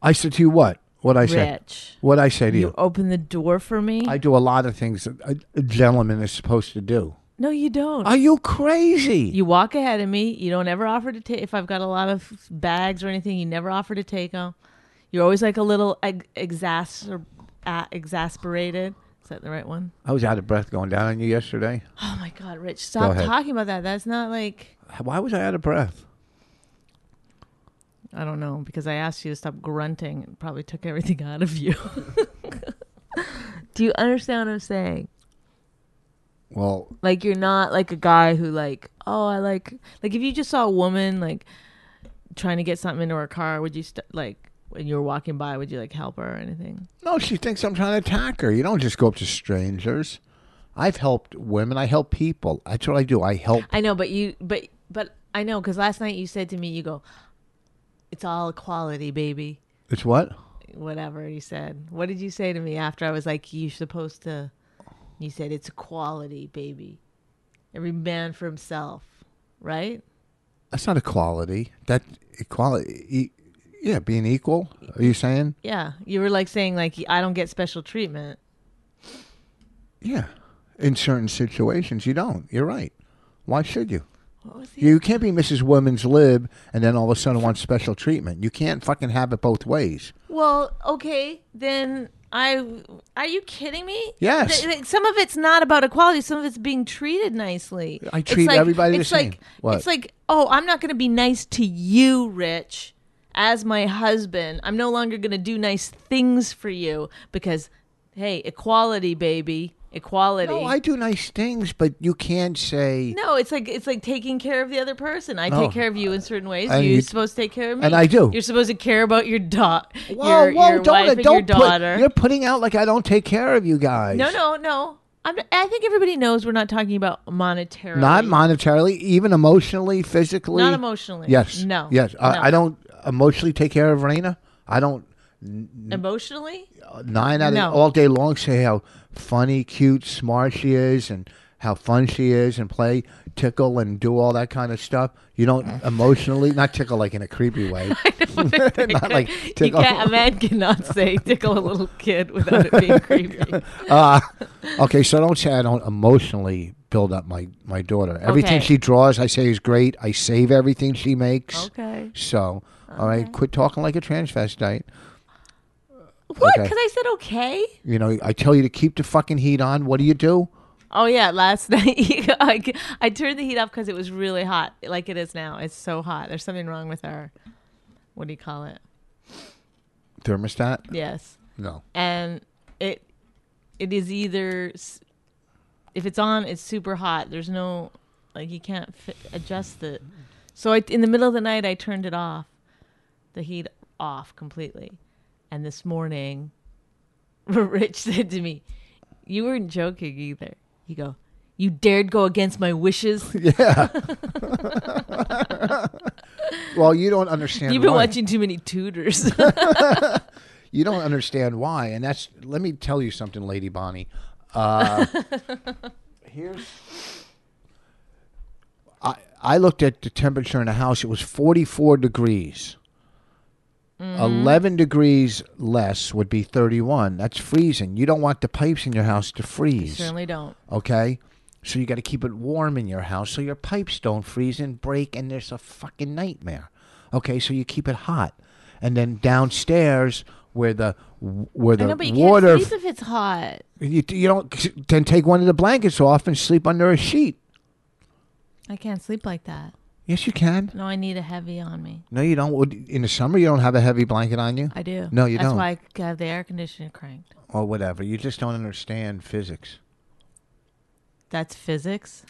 I said to you what? What I said? Rich, What I say to you you? open the door for me. I do a lot of things that a, a gentleman is supposed to do. no, you don't. Are you crazy? you walk ahead of me. You don't ever offer to take. If I've got a lot of bags or anything, you never offer to take them. You're always like a little ex- exasper- uh, exasperated. Is that the right one? I was out of breath going down on you yesterday. Oh my God, Rich, stop ahead. talking about that. That's not like Why was I out of breath? I don't know because I asked you to stop grunting and probably took everything out of you. Do you understand what I'm saying? Well, Like you're not like a guy who like, oh, I like like if you just saw a woman like trying to get something into her car, would you st- like when you were walking by, would you like help her or anything? no, she thinks I'm trying to attack her. You don't just go up to strangers. I've helped women. I help people. That's what I do. I help. I know, but you but but I know cuz last night you said to me you go it's all equality, baby. It's what? Whatever you said. What did you say to me after I was like you're supposed to you said it's equality, baby. Every man for himself, right? That's not equality. That equality. e- yeah, being equal. Are you saying? Yeah, you were like saying like I don't get special treatment. Yeah. In certain situations, you don't. You're right. Why should you? What was the You can't be Mrs. Women's Lib and then all of a sudden want special treatment. You can't fucking have it both ways. Well, okay, then I are you kidding me? Yes. Th- th- some of it's not about equality. Some of it's being treated nicely. I It's treat everybody the it's same. Like, What? It's like, oh, I'm not going to be nice to you, Rich, as my husband. I'm no longer going to do nice things for you because, hey, equality, baby, equality. No, Oh, I do nice things, but you can't say. No, it's like it's like taking care of the other person. I No. take care of you in certain ways. And You're you- supposed to take care of me, and I do. You're supposed to care about your daughter, Whoa, your, whoa, your don't, wife, and don't your daughter. Put, you're putting out like I don't take care of you guys. no, no, no. I'm, I think everybody knows we're not talking about monetarily. Not monetarily, even emotionally, physically. Not emotionally. Yes. No. Yes. No. I, I don't emotionally take care of Raina. I don't emotionally. nine out of No. all day long say how funny, cute, smart she is, and how fun she is, and play tickle and do all that kind of stuff. You don't emotionally not tickle like in a creepy way, not like You tickle. can't, a man cannot say tickle a little kid without it being creepy. Okay, so don't say I don't emotionally build up my my daughter. Everything Okay. she draws, I say is great. I save everything she makes. Okay. So, all right, quit talking like a transvestite. What? Okay. Because I said okay. You know, I tell you to keep the fucking heat on. What do you do? Oh yeah, last night I, I turned the heat off because it was really hot, like it is now. It's so hot. There's something wrong with our, what do you call it? Thermostat? Yes, No. and it it is either s- if it's on, it's super hot. There's no like you can't fi- adjust it. So I, in the middle of the night, I turned it off, the heat off completely, and this morning, Rich said to me, "You weren't joking either." You go. You dared go against my wishes. Yeah. well, you don't understand. You've been why. watching too many tutors. You don't understand why, and that's. Let me tell you something, Lady Bonnie. Uh, here's. I I looked at the temperature in the house. It was forty four degrees. Eleven degrees less would be thirty one. That's freezing. You don't want the pipes in your house to freeze. Certainly don't. Okay. So you got to keep it warm in your house so your pipes don't freeze and break and there's a fucking nightmare. Okay, so you keep it hot. And then downstairs where the where the I know, but you water can't sleep if it's hot. you, you don't then take one of the blankets off and sleep under a sheet. I can't sleep like that. Yes, you can. No, I need a heavy on me. No, you don't. Would- In the summer, you don't have a heavy blanket on you. I do. No, you That's don't. why I have the air conditioner cranked. Or whatever. You just don't understand physics. That's physics.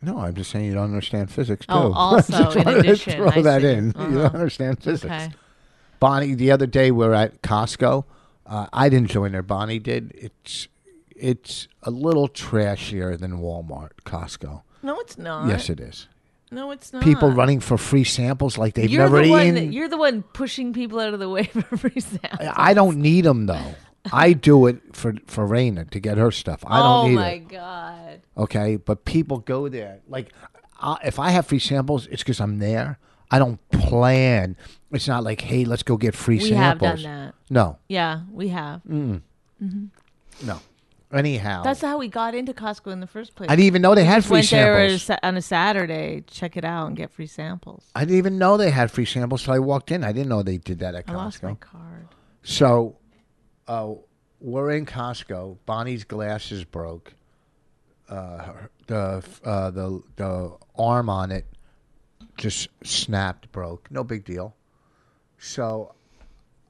No, I'm just saying you don't understand physics too. Oh, also, Just in wanted to addition, throw I that see. in. You don't Uh-huh. understand physics. Okay. Bonnie, the other day we were at Costco. Uh, I didn't join there. Bonnie did. It's it's a little trashier than Walmart, Costco. No, it's not. Yes, it is. No, it's not. People running for free samples like they've You're never the one. eaten. That, you're the one pushing people out of the way for free samples. I don't need them though. I do it for for Raina to get her stuff. I don't oh need my it. god. Okay, but people go there. Like, I, if I have free samples, it's because I'm there. I don't plan. It's not like, hey, let's go get free We have done samples. Mm. that. No, Yeah, we have. no. Anyhow, That's how we got into Costco in the first place. I didn't even know they had free Went there uh, on a samples. Sa- on a Saturday, check it out, and get free samples. I didn't even know they had free samples till I walked in. I didn't know they did that at I lost my Costco. card. So, uh, we're in Costco. Bonnie's glasses broke. Uh, her- the uh, the the arm on it just snapped, broke. No big deal. So,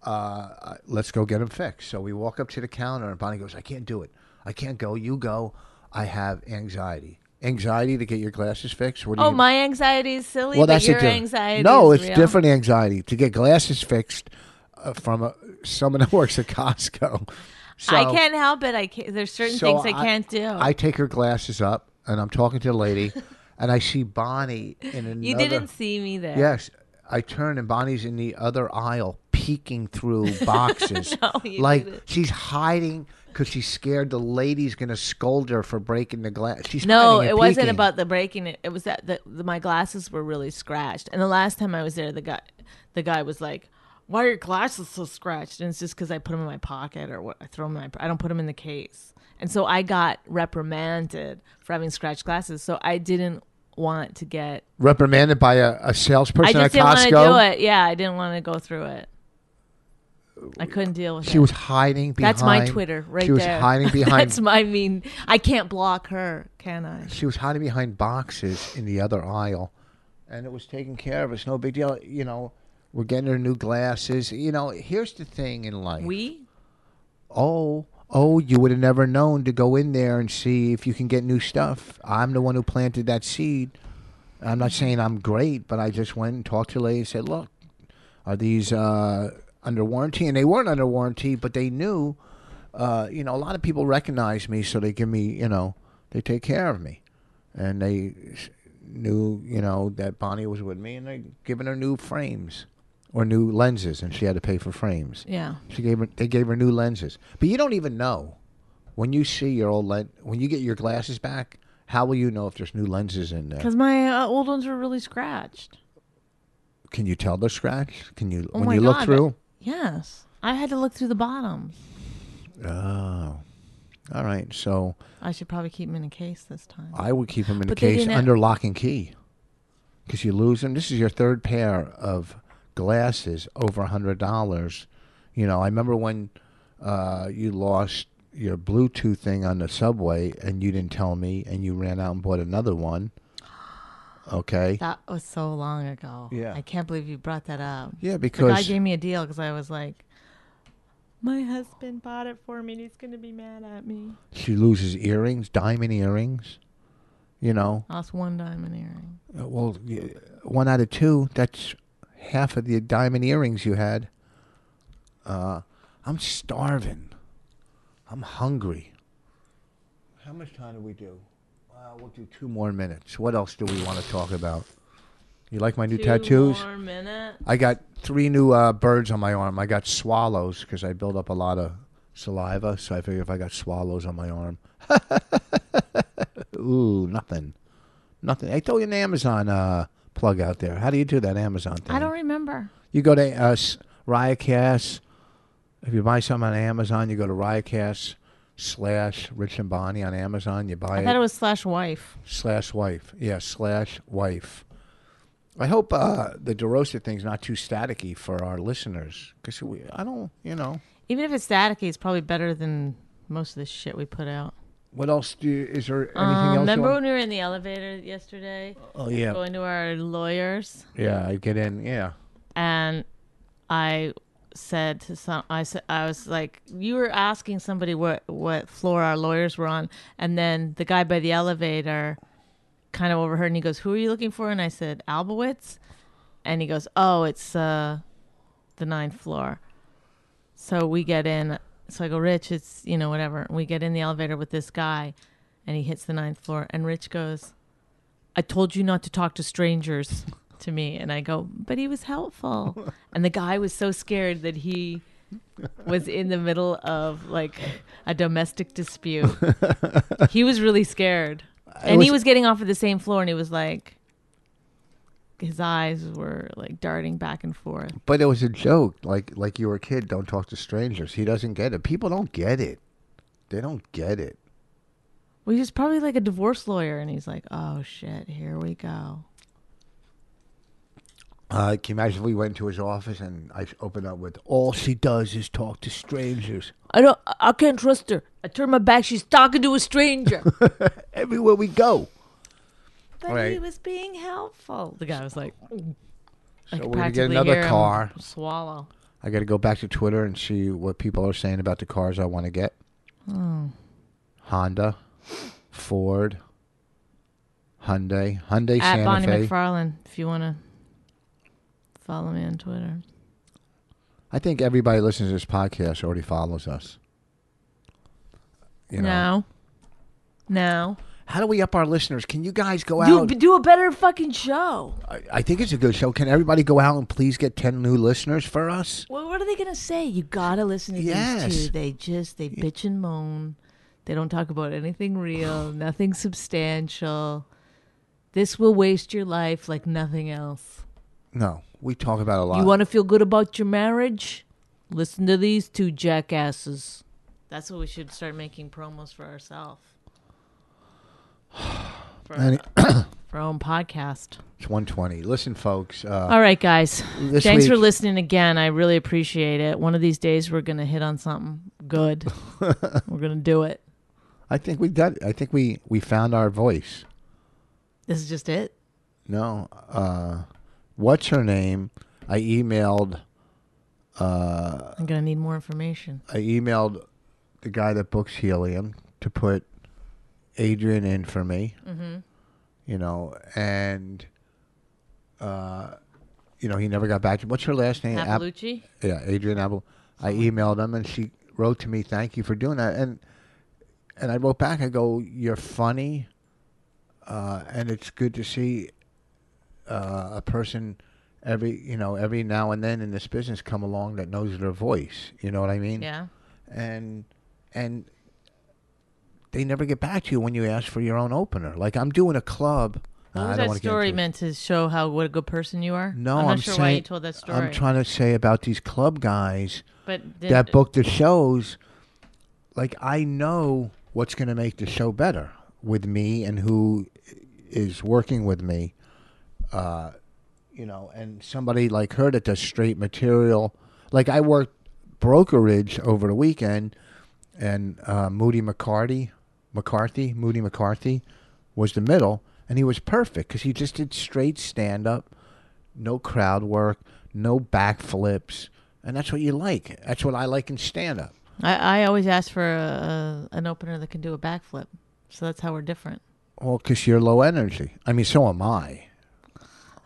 uh, let's go get them fixed. So we walk up to the counter, and Bonnie goes, "I can't do it. I can't go. You go. I have anxiety. Anxiety to get your glasses fixed. What do Oh, you my anxiety is silly. well, but that's a your different- anxiety. No, is it's real. different anxiety to get glasses fixed uh, from a, someone that works at Costco. So, I can't help it. I can't, there's certain so things I, can't do. I take her glasses up, and I'm talking to the lady, and I see Bonnie in another. you didn't see me there. Yes, I turn and Bonnie's in the other aisle, peeking through boxes, No, you like didn't. she's hiding because she's scared the lady's gonna scold her for breaking the glass. She's No, hiding and it wasn't peeking. about the breaking. It, it was that the, the, my glasses were really scratched. And the last time I was there, the guy, the guy was like, "Why are your glasses so scratched?" And it's just because I put them in my pocket or what I throw them in my. I don't put them in the case. And so I got reprimanded for having scratched glasses. So I didn't want to get. reprimanded by a, a I salesperson just at didn't Costco. want to do it. Yeah, I didn't want to go through it. I couldn't deal with it. She was hiding behind. That's my Twitter right She was there. hiding behind. That's my mean. I can't block her, can I? she was hiding behind boxes in the other aisle, and it was taken care of. It's no big deal. You know, we're getting her new glasses. You know, here's the thing in life. We oh, oh, you would have never known to go in there and see if you can get new stuff. I'm the one who planted that seed. I'm not saying I'm great, but I just went and talked to the lady and said, "Look, are these uh, under warranty?" And they weren't under warranty, but they knew. Uh, you know, a lot of people recognize me, so they give me, you know, they take care of me, and they s- knew, you know, that Bonnie was with me, and they giving her new frames or new lenses, and she had to pay for frames. yeah. She gave her, they gave her new lenses, but you don't even know when you see your old lens when you get your glasses back. How will you know if there's new lenses in there? Because my uh, old ones were really scratched. Can you tell they're scratched? Can you Oh when my you God, look through? Yes. I had to look through the bottoms. Oh, all right. So I should probably keep them in a case this time. I would keep them in a But they case didn't- under lock and key because you lose them. This is your third pair of glasses over a hundred dollars. You know, I remember when uh, you lost your Bluetooth thing on the subway and you didn't tell me, and you ran out and bought another one. Okay. That was so long ago. Yeah. I can't believe you brought that up. Yeah, The guy because- gave me a deal because I was like, my husband bought it for me and he's going to be mad at me. She loses earrings, diamond earrings. You know, I lost one diamond earring. Uh, well, y- one out of two. That's half of the diamond earrings you had. Uh, I'm starving. I'm hungry. How much time do we do? Uh, we'll do two more minutes. What else do we want to talk about? You like my new tattoos? Two more minute. I got three new uh, birds on my arm. I got swallows because I build up a lot of saliva, so I figure if I got swallows on my arm, ooh, nothing, nothing. I throw you an Amazon uh, plug out there. How do you do that Amazon thing? I don't remember. You go to uh, s- Riotcast. If you buy something on Amazon, you go to Riotcast. slash Rich and Bonnie on Amazon. You buy I thought it was slash wife. slash wife. Yeah, slash wife. I hope uh, the DeRosa thing's not too staticky for our listeners because I don't, you know. Even if it's staticky, it's probably better than most of the shit we put out. What else do you, is there anything Um, else? you remember want- when we were in the elevator yesterday, oh yeah, going to our lawyers, yeah. I get in. Yeah, and I said to some, I said, I was like, you were asking somebody what what floor our lawyers were on, and then the guy by the elevator kind of overheard, and he goes, "Who are you looking for?" And I said, "Albowitz," and he goes, "Oh, it's uh, the ninth floor." So we get in. So I go, Rich, it's you know whatever. And we get in the elevator with this guy, and he hits the ninth floor, and Rich goes, "I told you not to talk to strangers." To me, and I go, but he was helpful, and the guy was so scared that he was in the middle of like a domestic dispute. he was really scared, and he was- was getting off at the same floor, and he was like, his eyes were like darting back and forth. but it was a joke. Like like you were a kid. Don't talk to strangers. He doesn't get it. People don't get it. They don't get it. Well, he was probably like a divorce lawyer, and he's like, "Oh shit, here we go." Uh, can you imagine if we went to his office and I opened up with all she does is talk to strangers. I don't, I I can't trust her. I turn my back; she's talking to a stranger. Everywhere we go. but he Right. was being helpful. The guy was like, I So we're could gonna get practically another hear him car. Swallow. I got to go back to Twitter and see what people are saying about the cars I want to get. Hmm. Honda, Ford, Hyundai, Hyundai At Santa Bonnie Fe. McFarlane, if you want to follow me on Twitter. I think everybody listening to this podcast already follows us. You know, no, how do we up our listeners? Can you guys go no. out? Do, do a better fucking show. I, I think it's a good show. Can everybody go out and please get ten new listeners for us? Well, what are they gonna say? You gotta listen to Yes. these two. They just they bitch and moan. They don't talk about anything real, nothing substantial. This will waste your life like nothing else. No, we talk about a lot. You want to feel good about your marriage? Listen to these two jackasses. That's what we should start making promos for ourselves. For, Any- for our own podcast. it's one twenty. Listen, folks. Uh, All right, guys. This Thanks for week- listening again. I really appreciate it. One of these days, we're going to hit on something good. we're going to do it. I think we got. I think we we found our voice. This is just it. No. Uh, what's her name? I emailed. Uh, I'm going to need more information. I emailed the guy that books Helium to put Adrian in for me. Mm-hmm. You know, and uh, you know he never got back to. What's her last name? Ap- Appalucci? yeah, Adrian Apple. I emailed him and she wrote to me, "Thank you for doing that." And and I wrote back. I go, "You're funny, uh, and it's good to see uh, a person every you know every now and then in this business come along that knows their voice. You know what I mean? Yeah. And and they never get back to you when you ask for your own opener. Like I'm doing a club. What I was don't that wanna get story into it. meant to show how what a good person you are? No, I'm I'm, not sure saying why you told that story. I'm trying to say about these club guys but did, that book the shows, like I know what's going to make the show better with me and who is working with me. Uh, you know, and somebody like her that does straight material. Like I worked brokerage over the weekend, and uh, Moody McCarty, McCarthy, Moody McCarthy, was the middle, and he was perfect because he just did straight stand up no crowd work, no backflips, and that's what you like. That's what I like in stand up. I, I always ask for a, an opener that can do a backflip. So that's how we're different. Well, because you're low energy. I mean, so am I.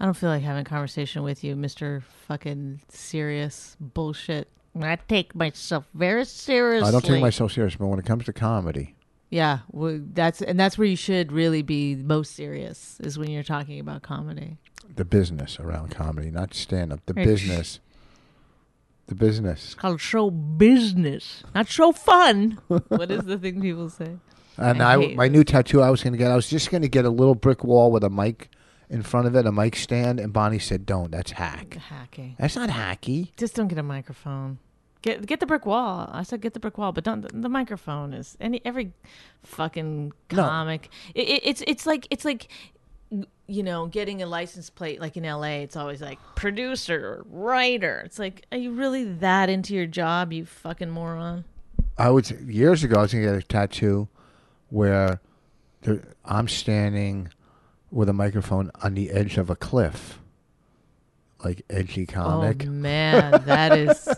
I don't feel like having a conversation with you, Mr. fucking serious bullshit. I take myself very seriously. I don't take myself serious, but when it comes to comedy, Yeah, well, that's and that's where you should really be most serious is when you're talking about comedy. the business around comedy, not stand up, the Right. business. The business. Called show business, not show fun. what is the thing people say? And I I, hate my new tattoo I was going to get, I was just going to get a little brick wall with a mic in front of it, a mic stand, and Bonnie said, don't. That's hack. Hacking. That's not hacky. Just don't get a microphone. Get get the brick wall. I said get the brick wall, but don't the, the microphone is any every fucking No. comic. It, it, it's it's like it's like you know getting a license plate like in L.A. It's always like producer, writer. It's like are you really that into your job, you fucking moron? I was years ago. I was gonna get a tattoo where there, I'm standing with a microphone on the edge of a cliff, like edgy comic. Oh man, that is.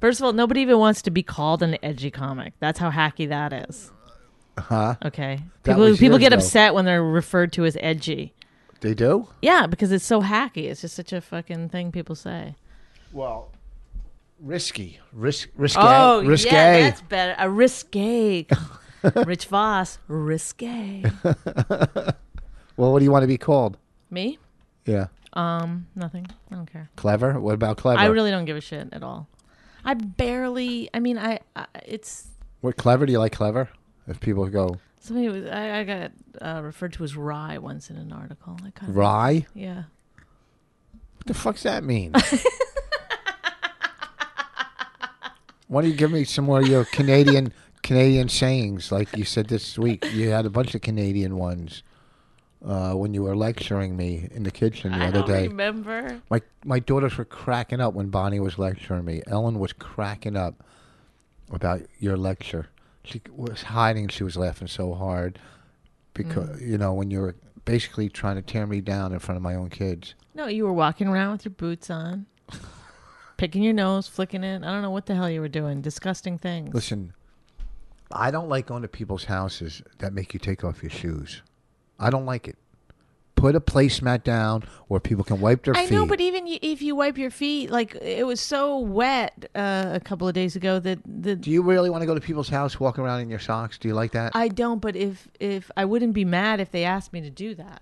First of all, nobody even wants to be called an edgy comic. That's how hacky that is. Huh? Okay. That People was people years get ago. upset when they're referred to as edgy. They do. Yeah, because it's so hacky. It's just such a fucking thing people say. Well, risky, risk, risque, Oh, risque. yeah, that's better. A risque. Rich Voss, risque. well, what do you want to be called? Me? Yeah, Um, nothing. I don't care. clever. What about clever? I really don't give a shit at all. I barely. I mean, I. I it's what clever? Do you like clever? If people go somebody. Was, I, I got uh, referred to as rye once in an article. I kind of rye, Yeah. what the fuck's that mean? Why don't you give me some more of your Canadian Canadian sayings? Like you said this week, you had a bunch of Canadian ones uh, when you were lecturing me in the kitchen the I other don't day. remember. My my daughters were cracking up when Bonnie was lecturing me. Ellen was cracking up about your lecture. She was hiding. She was laughing so hard because Mm. you know when you were basically trying to tear me down in front of my own kids. No, you were walking around with your boots on, picking your nose, flicking it. I don't know what the hell you were doing. Disgusting things. Listen, I don't like going to people's houses that make you take off your shoes. I don't like it. Put a placemat down where people can wipe their I feet. know, but even y- if you wipe your feet, like it was so wet uh, a couple of days ago that the Do you really want to go to people's house, walk around in your socks? Do you like that? I don't. But if if I wouldn't be mad if they asked me to do that.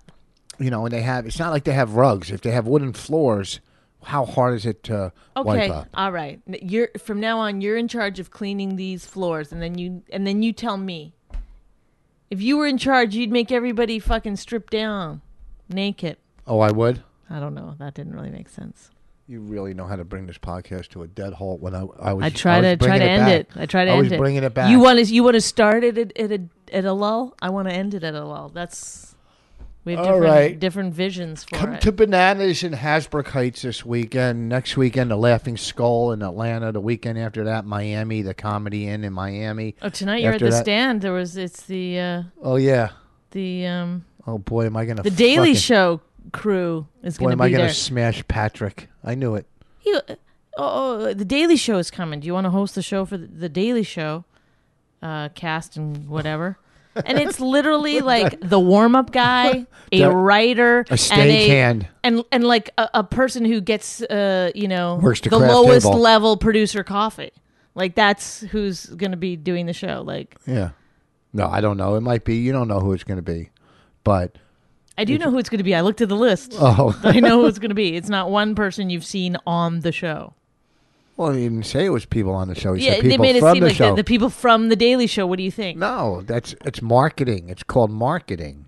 you know, and they have. It's not like they have rugs. If they have wooden floors, how hard is it to Okay, wipe up? all right. N- You're from now on. You're in charge of cleaning these floors, and then you and then you tell me. If you were in charge, you'd make everybody fucking strip down, naked. Oh, I would. I don't know. That didn't really make sense. You really know how to bring this podcast to a dead halt. When I, I was, I try was to try bringing to end back. it. I try to I end was it. bringing it back. You want to you want to start it at, at a at a lull. I want to end it at a lull. That's we have All different right. different visions for Come it. to Bananas in Hasbrook Heights this weekend. Next weekend, the Laughing Skull in Atlanta. The weekend after that, Miami, the Comedy Inn in Miami. oh, tonight you're at After the that- stand. There was it's the uh, Oh yeah. the um Oh boy, am I gonna the Daily fucking- Show crew is Boy, going to am be I gonna there. smash Patrick? I knew it. He- oh, oh, the Daily Show is coming. Do you want to host the show for the, the Daily Show uh, cast and whatever? And it's literally like the warm up guy, a The- writer, a stagehand. and, a, and and like a, a person who gets uh, you know Works the the craft lowest table. level producer coffee. Like that's who's going to be doing the show. Like Yeah. No, I don't know. It might be. You don't know who it's going to be, but I do know who it's going to be. I looked at the list. oh, I know who it's going to be. It's not one person you've seen on the show. well, he didn't say it was people on the show. He Yeah, said they people made it from seem the like show. the, the people from the Daily Show. What do you think? no, that's it's marketing. It's called marketing.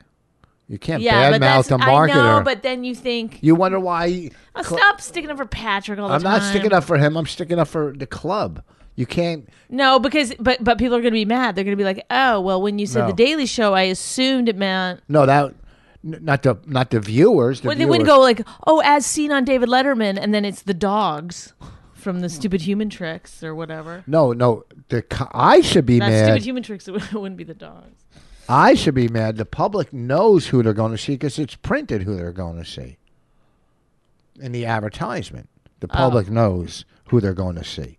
You can't yeah, but that's badmouth a marketer. I know, but then you think you wonder why. "Oh, Cl- stop sticking up for Patrick all the I'm time. not sticking up for him. I'm sticking up for the club. You can't. No, because but but people are going to be mad. They're going to be like, oh well, when you said No. the Daily Show, I assumed it meant. No, that n- not the not the viewers. The Well, they wouldn't viewers. go like, oh, as seen on David Letterman, and then it's the dogs from the stupid human tricks or whatever. No, no. The co- I should be Not mad. stupid human tricks. It wouldn't be the dogs. I should be mad. The public knows who they're going to see because it's printed who they're going to see. In the advertisement, the Oh. public knows who they're going to see.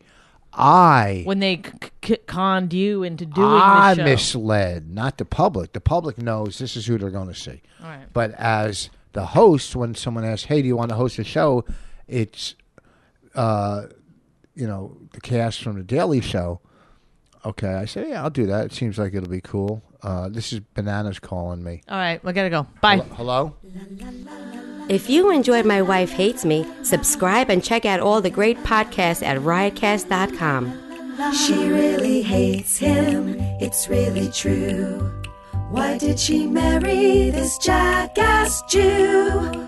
I When they c- c- conned you into doing I the show. misled, not the public. The public knows this is who they're going to see. All right. But as the host, when someone asks, "Hey, do you want to host a show?" It's, uh, you know, the cast from the Daily Show. Okay, I said, "Yeah, I'll do that. It seems like it'll be cool." Uh, this is bananas calling me. All right, we gotta go. Bye. Hello? If you enjoyed My Wife Hates Me, subscribe and check out all the great podcasts at riotcast.com. She really hates him, it's really true. Why did she marry this jackass Jew?